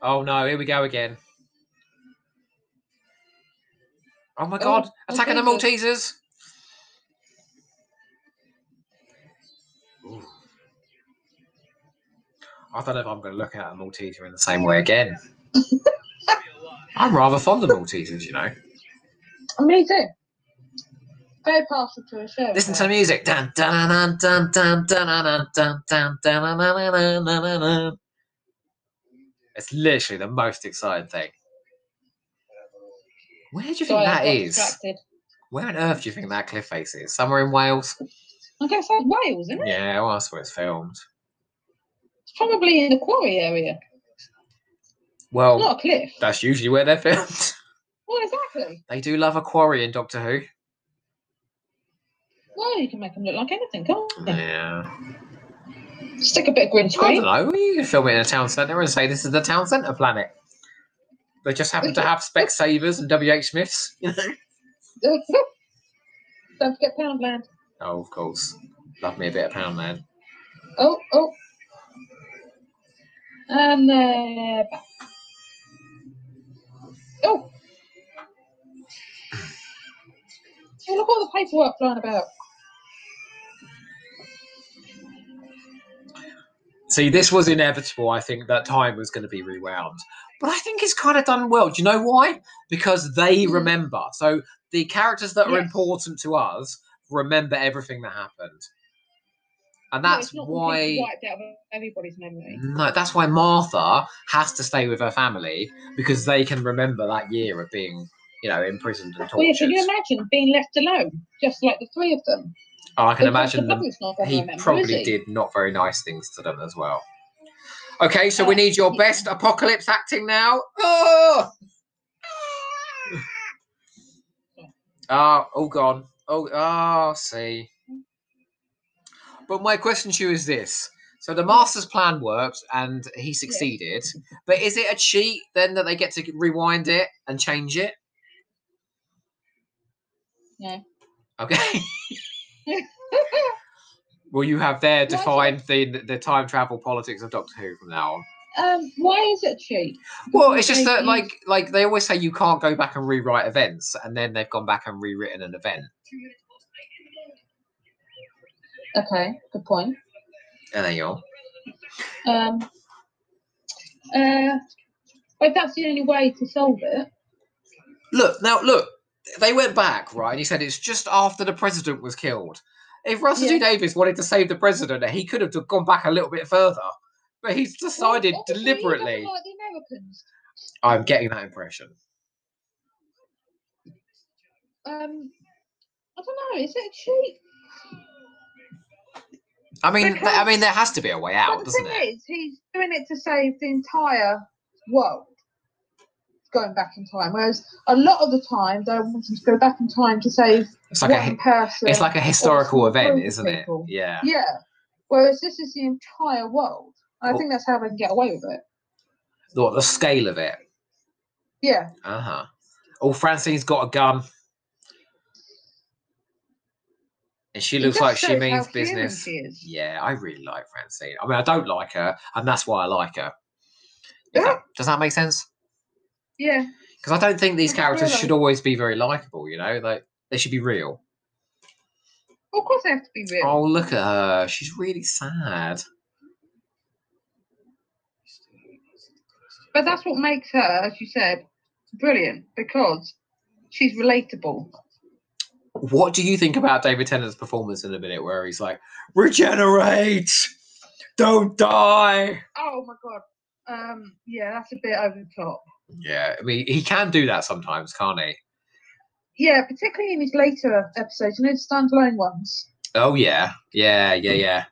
Oh no, here we go again. Oh my god,
oh,
attacking the Maltesers. Ooh. I don't know if I'm going to look at a Malteser in the same way again. I'm rather fond of Maltesers, you know.
Me too. Very partial to a show.
Listen
but-
to the music. Dun, dun, dun, dun, dun, dun, dun, dun, dun, dun, dun, dun, dun, dun, dun, dun. It's literally the most exciting thing. Where do you think
Sorry, I
that
got
is?
distracted.
Where on earth do you think that cliff face is? Somewhere in Wales?
I guess that's Wales, isn't it?
Yeah, well, that's where it's filmed.
It's probably in the quarry area.
Well, Oh.
Not a cliff.
that's usually where they're filmed.
Well, exactly.
They do love a quarry in Doctor Who.
Well, you can make them look like anything, can't you?
Yeah.
Stick a bit of green
I
screen.
don't know. You can film it in a town centre and say this is the town centre planet. They just happen to have Specsavers and W.H. Smiths.
don't forget Poundland.
Oh, of course. Love me a bit of Poundland.
Oh, oh. And uh, back. Oh. Oh, look at all the paperwork flying about.
See, this was inevitable. I think that time was going to be rewound. But I think it's kind of done well. Do you know why? Because they
Mm.
remember. So the characters that are
Yes.
important to us remember everything that happened. And
No,
that's
it's not completely
why
wiped out of everybody's memory.
no, that's why Martha has to stay with her family because they can remember that year of being, you know, imprisoned and
Well, yeah,
tortured.
can you imagine being left alone, just like the three of them?
oh, I can
It's just
imagine
the
them
public's not gonna
he
remember, is
probably
he?
did not very nice things to them as well. Okay, so we
Uh,
need your
yeah.
best apocalypse acting now. Oh, Ah, all gone. Oh, ah, see. But my question to you is this: so the master's plan worked and he succeeded, but is it a cheat then that they get to rewind it and change it?
No.
Okay. Well, you have there
Why is it-
defined the the time travel politics of Doctor Who from now on.
um, why is it cheap?
Well, it's just
Because
that,
you-
like, like they always say, you can't go back and rewrite events, and then they've gone back and rewritten an event.
Okay, good point.
And there you are.
Um, uh, but if that's the only way to solve it,
Look, now look, they went back, right? And he said it's just after the president was killed. If Russell D.
Yeah.
Davis wanted to save the president, he could have d- gone back a little bit further. But he's
well,
decided
obviously he doesn't
deliberately.
Like the Americans.
I'm getting that impression.
Um, I don't know. Is it cheap?
I mean, th- I
Because-
mean, there has to be a way out,
But the
doesn't
thing
there?
is, he's doing it to save the entire world going back in time. Whereas a lot of the time, they're wanting to go back in time to save
It's like a
one
hi-
person.
it's like a historical
small group
event,
of
isn't it?
people.
Yeah.
yeah. Whereas this is the entire world. I
Well-
think that's how they can get away with it.
What the scale of it?
Yeah.
Uh huh. Oh, Francine's got a gun, and she
It
looks
just
like she
shows how
means
human
business.
she is.
Yeah, I really like Francine. I mean, I don't like her, and that's why I like her. Does,
Yeah.
that, does that make sense?
Yeah.
Because I don't think these
I
characters
realise-
should always be very likable. You know, like they should be real.
Well, of course, they have to be real.
Oh, look at her. She's really sad.
But that's what makes her, as you said, brilliant because she's relatable.
What do you think about David Tennant's performance in a minute, where he's like, "Regenerate, don't die."
Oh my god. Um. Yeah, that's a bit over the top.
Yeah, I mean, he can do that sometimes, can't he?
Yeah, particularly in his later episodes, you know, the standalone ones.
Oh yeah, yeah, yeah, yeah.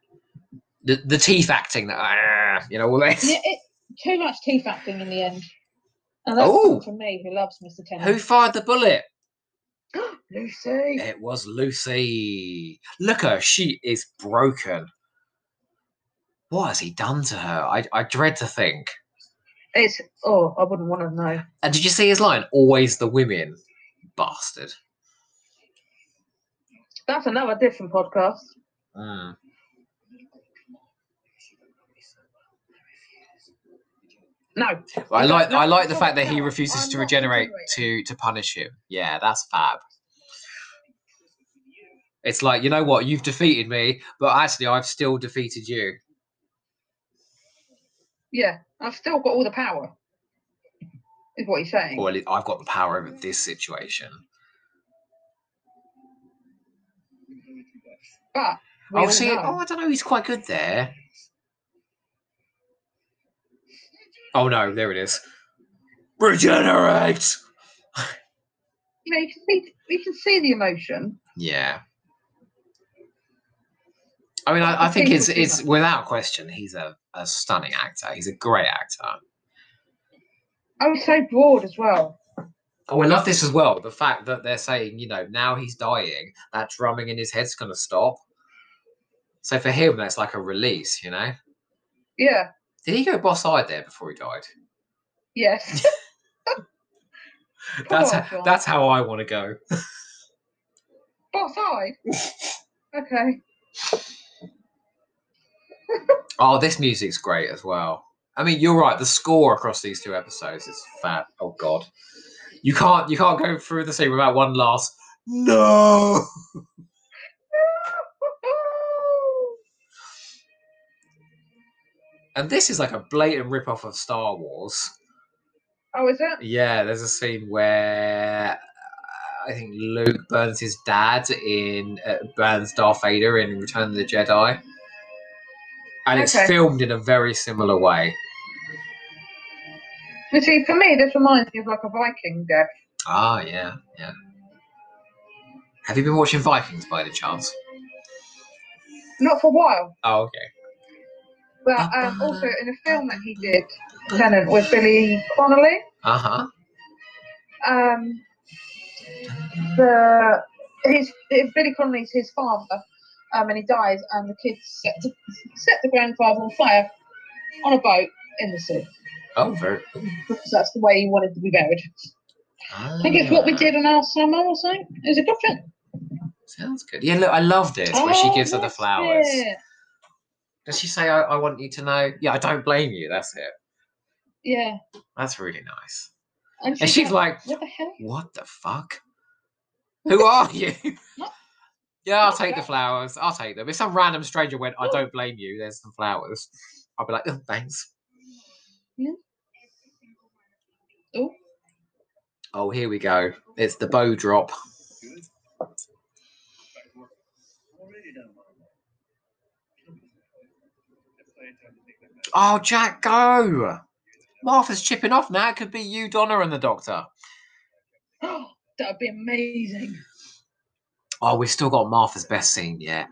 The the teeth acting, that ah, you know, all that.
Yeah, it, too much teeth acting in the end. And that's
Oh.
for me, who loves Mr.
Who
Tennant.
fired the bullet?
Lucy.
It was Lucy. Look her, she is broken. What has he done to her? I, I dread to think.
It's oh, I wouldn't want to know.
And did you see his line? Always the women, bastard.
That's another different podcast.
Mm.
No,
I
Yeah,
like
no,
I like the
no,
fact that he
no,
refuses
I'm
to
not
regenerate
regenerating.
to to punish him. Yeah, that's fab. It's like you know what you've defeated me, but actually I've still defeated you.
yeah, I've still got all the power. Is what he's saying.
Or at least I've got the power over this situation.
But we
Oh,
all
see,
know.
oh, I don't know. He's quite good there. Oh no, there it is. Regenerate.
you know, you can see, you can see the emotion.
Yeah. I mean, I, I
He's
think it's
painful too
it's
much.
without question. He's a, a stunning actor. He's a great actor.
I was so bored as well.
Oh, I love this as well. The fact that they're saying, you know, now he's dying, that drumming in his head's gonna stop. So for him, that's like a release, you know.
Yeah.
Did he go boss-eyed there before he died?
Yes. Come
That's
on,
ho-
John.
that's how I want to go.
boss eyed. okay.
Oh, this music's great as well. I mean, you're right. The score across these two episodes is fat. Oh God, you can't you can't go through the scene without one last no. And this is like a blatant rip off of Star Wars.
Oh, is that?
Yeah, there's a scene where uh, I think Luke burns his dad in uh, burns Darth Vader in Return of the Jedi, and it's
Okay.
filmed in a very similar way.
You see, for me, this reminds me of like a Viking death.
Ah, yeah, yeah. Have you been watching Vikings by any chance?
Not for a while,
Oh, okay.
but um, also in a film that he did, Tennant, with Billy Connolly.
Uh huh.
Um, the his if Billy Connolly's his father, um, and he dies, and the kids set the, set the grandfather on fire on a boat in the sea
Oh, very.
because that's the way he wanted to be buried. I think it's what we
Ah,
did on our summer or something. Is it different?
Sounds good. Yeah, look, I love this where she
Oh,
gives her the
that's
flowers.
it.
Does she say, I, I want you to know? Yeah, I don't blame you. That's it.
Yeah,
That's really nice.
and
And she's like,
like, "What the hell?"
What the fuck? Who are you? Yeah, I'll take the flowers. I'll take them. If some random stranger went, I don't blame you, there's some flowers. I'll be like, oh, thanks.
Oh.
Oh, here we go. It's the bow drop. Oh, Jack, go! Martha's chipping off now. It could be you, Donna, and the doctor.
That'd be amazing.
Oh, we've still got Martha's best scene yet.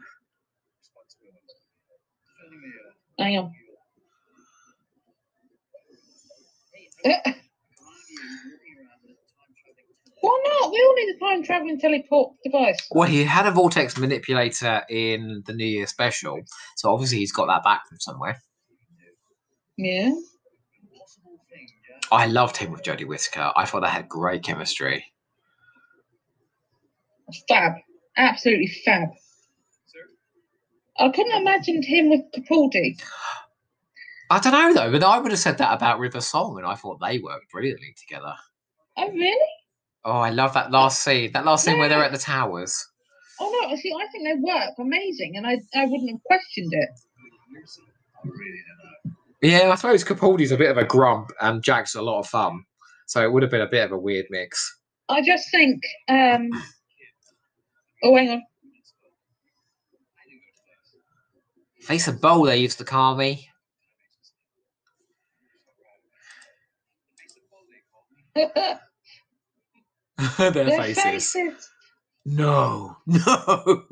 Hang on. Why not? We all need a time traveling teleport device.
Well, he had a vortex manipulator in the New Year special, so obviously he's got that back from somewhere.
Yeah.
I loved him with Jodie Whittaker. I thought they had great chemistry.
Fab. Absolutely fab. I couldn't imagine him with Capaldi.
I don't know though, but I would have said that about River Song, and I thought they worked brilliantly together.
Oh, really?
Oh, I love that last scene. That last scene where they're at the towers.
Oh, no. See, I think they work amazing, and I, I wouldn't have questioned it.
Yeah, I suppose Capaldi's a bit of a grump, and Jack's a lot of fun, so it would have been a bit of a weird mix.
I just think. um Oh, hang on.
Face a bowl, they used to call me.
Their
Their faces. No, no.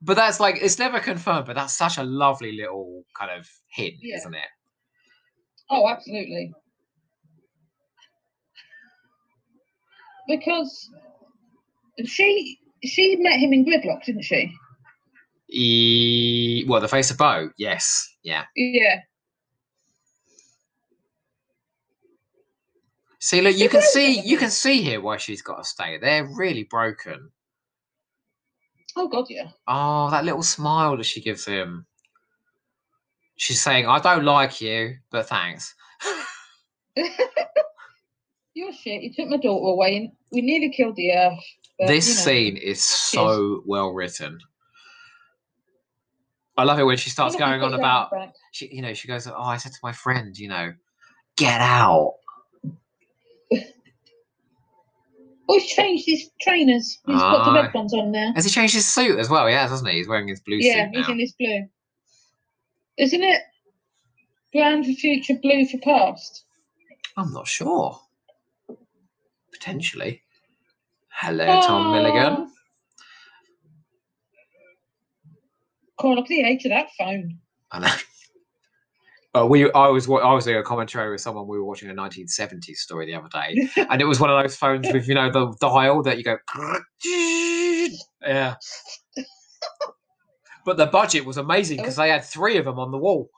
but that's like it's never confirmed, but that's such a lovely little kind of hint,
Yeah.
isn't it?
Oh, absolutely. Because she she met him in gridlock, didn't she?
E- well, the face of Bo, yes, yeah.
Yeah.
See, look, you
It
can
is
see,
gonna
you
be.
can see here why she's got to stay. They're really broken.
Oh God, yeah.
Oh, that little smile that she gives him. She's saying, "I don't like you, but thanks."
Your shit. You took my daughter away, and we nearly killed the earth. but,
this
you know.
scene is so well written. I love it when she starts
Look, we've
going on
got your arm
about
back.
she, you know, she goes, "Oh, I said to my friend, you know, get out."
Oh, he's changed his trainers. He's got
Ah.
the red ones on now.
Has he changed his suit as well? Yeah, hasn't he? He's wearing his blue
Yeah,
suit
he's
now.
in his blue. Isn't it brown for future, blue for past?
I'm not sure. Potentially. Hello, Tom Milligan.
Oh. God, look at the age of that phone.
I know. Uh, we, I was, wa- I was doing a commentary with someone. We were watching a 1970s story the other day, and it was one of those phones with, you know, the dial that you go. Yeah. But the budget was amazing
Oh.
because they had three of them on the wall.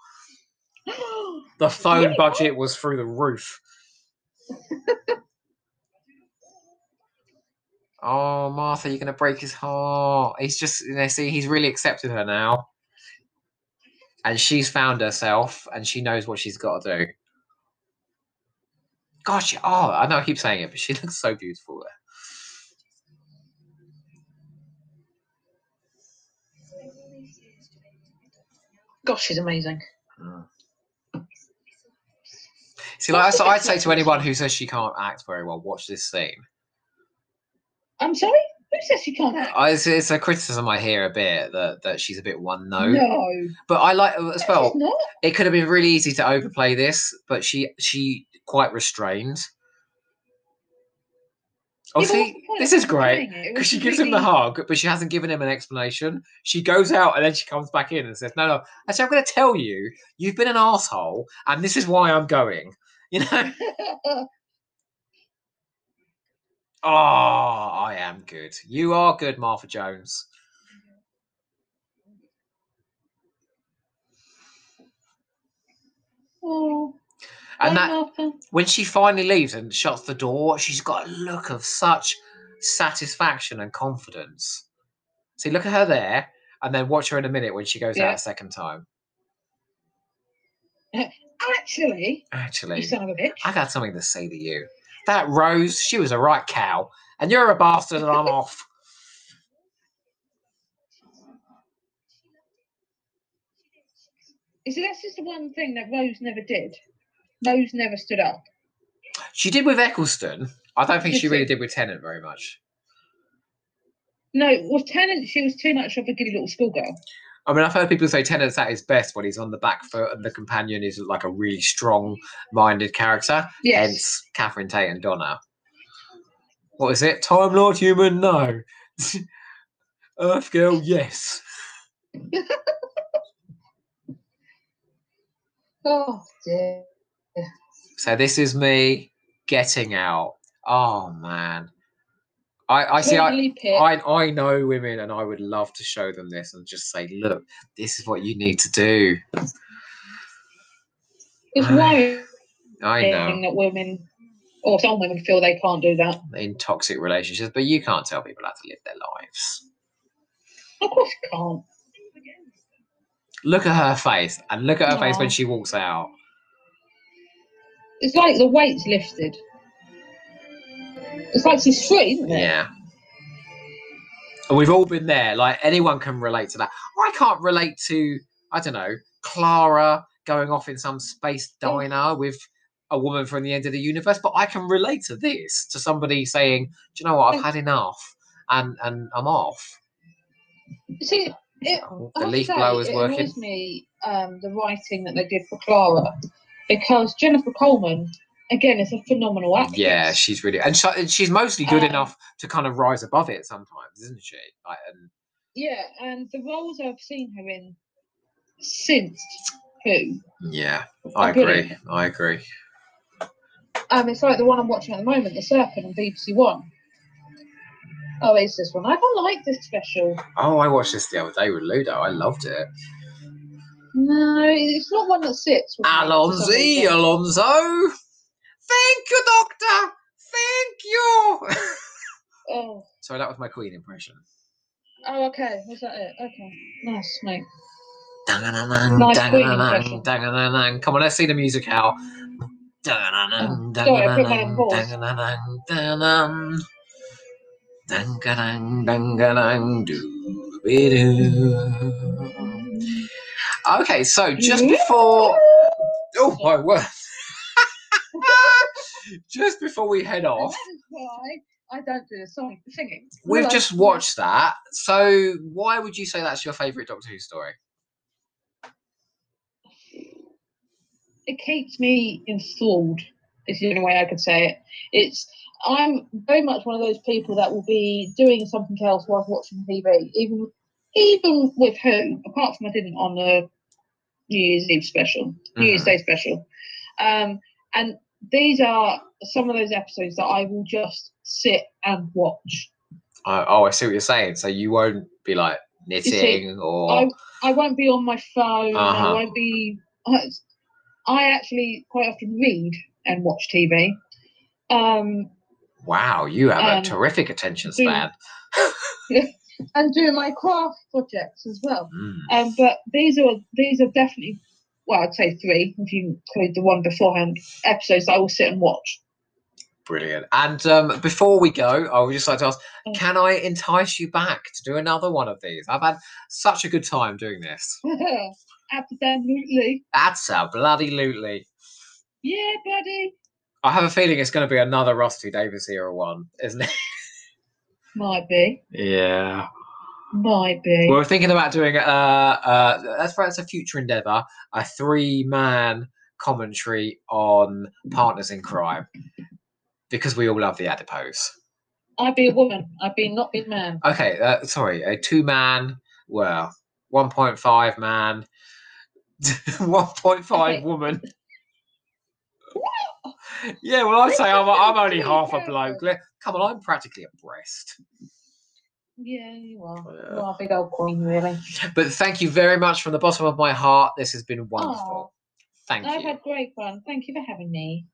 The phone
Really?
budget was through the roof. oh, Martha, you're gonna break his heart. He's just, you know, see, he's really accepted her now, and she's found herself, and she knows what she's got to do. Gosh, oh, I know I keep saying it, but she looks so beautiful there.
Gosh, she's amazing.
See, like,
What's
so
the
I'd
best
say to
way to
anyone
say-
who says she can't act very well, watch this scene.
I'm sorry? Who says she can't act?
I, it's, it's a criticism I hear a bit that, that she's a bit one note,
No.
but I like as
no,
well.
she's not.
it could have been really easy to overplay this, but she she quite restrained. Oh,
Yeah, but what's
see,
the point
this
of
is great
explaining it? It
because
was
she gives him the
completely-
hug, but she hasn't given him an explanation. She goes out and then she comes back in and says, "No, no, actually, I'm going to tell you. You've been an asshole, and this is why I'm going." You know? Oh, I am good. You are good, Martha Jones.
oh,
And
bye,
that
Martha.
when she finally leaves and shuts the door, she's got a look of such satisfaction and confidence. See, look at her there, and then watch her in a minute when she goes
Yeah.
out a second time.
Actually, you
Actually,
son of a bitch.
I got something to say to you. That Rose, she was a right cow, and you're a bastard, and I'm off.
You see, that's just the one thing that Rose never did. Rose never stood up.
She did with Eccleston. I don't think
Did
she really
she?
did with Tennant very much.
No, with Tennant, she was too much of a giddy little schoolgirl.
I mean, I've heard people say Tennant's at his best when he's on the back foot and the companion is like a really strong-minded character.
Yes.
Hence, Catherine Tate and Donna. What is it? Time Lord human? No. Earth girl? Yes.
Oh dear.
So this is me getting out. Oh man. I, I see. I,
Totally picked.
I I know women, and I would love to show them this and just say, look, this is what you need to do.
It's
I
worrying
I know
that women, or some women, feel they can't do that.
in toxic relationships, but you can't tell people how to live their lives.
Of course, you can't.
Look at her face, and look at her face when
Aw.
she walks out.
It's like the weight's lifted. It's like she's free, isn't it?
Yeah. And we've all been there. Like anyone can relate to that. I can't relate to, I don't know, Clara going off in some space
Yeah.
diner with a woman from the end of the universe, but I can relate to this, to somebody saying, Do you know what, I've
Yeah.
had enough and and I'm off.
You See, it,
So
I
the
have to
leaf
say,
blower's
it
working.
annoys me um, the writing that they did for Clara because Jennifer Coleman, again, is a phenomenal actress.
Yeah, she's really and, she, and she's mostly good
Um,
enough to kind of rise above it sometimes, isn't she? Like and
Yeah, and the roles I've seen her in since Who.
yeah,
are
I agree.
brilliant.
I agree.
Um, it's like the one I'm watching at the moment, The Serpent on BBC One. Oh, it's this one. I don't like this special.
Oh, I watched this the other day with Ludo. I loved it.
No, it's not one that sits. with me for some
Alonso,
reason.
Alonso. Thank you, Doctor. Thank you.
Oh,
Sorry, that was my Queen impression.
oh, okay. Was that it? Okay, nice, mate.
Dun-dun-dun-dun,
Nice Queen
dun-dun-dun-dun,
impression.
dun-dun-dun-dun. Come on, let's see the music out.
Oh, sorry, I put mine on pause.
Okay, so just
Mhm.
before Oh my word. just before we head
And
off,
that is why I don't do the song singing.
we've
Hello.
just watched that. So why would you say that's your favourite Doctor Who story?
it keeps me enthralled is the only way I could say it. It's I'm very much one of those people that will be doing something else whilst watching TV, even even with who, apart from I didn't on the New Year's Eve special, New Year's
Mhm.
Day special. Um, and these are some of those episodes that I will just sit and watch.
I, oh, I see what you're saying. So you won't be like
see,
knitting or
I I won't be on my phone.
Uh-huh.
I won't be. I, I actually quite often read and watch TV. Um,
wow, you have
um,
a terrific attention
do-
span.
and do my craft projects as well.
Mm.
Um, but these are these are definitely well, I'd say three if you include the one beforehand episodes that I will sit and watch.
Brilliant. And um, before we go, I would just like to ask,
Mm.
can I entice you back to do another one of these? I've had such a good time doing this.
Absolutely,
That's a bloody lootly.
yeah, buddy.
I have a feeling it's going to be another Rusty Davis era one, isn't it?
Might be,
Yeah.
might be.
We are thinking about doing uh uh that's that's a future endeavor, a three man commentary on partners in crime. Because we all love the adipose.
I'd be a woman. I'd be not be a man.
Okay, uh, sorry, a two man, well, 1.5 man, 1.5
Okay.
woman. Yeah, well, I'd
This
say I'm,
is
I'm only
really
half a
terrible.
bloke. Le- Come on, I'm practically a breast.
Yeah, you are.
Yeah.
You are a big old queen, really.
But thank you very much from the bottom of my heart. This has been wonderful. Thank
I've
you.
had great fun. Thank you for having me.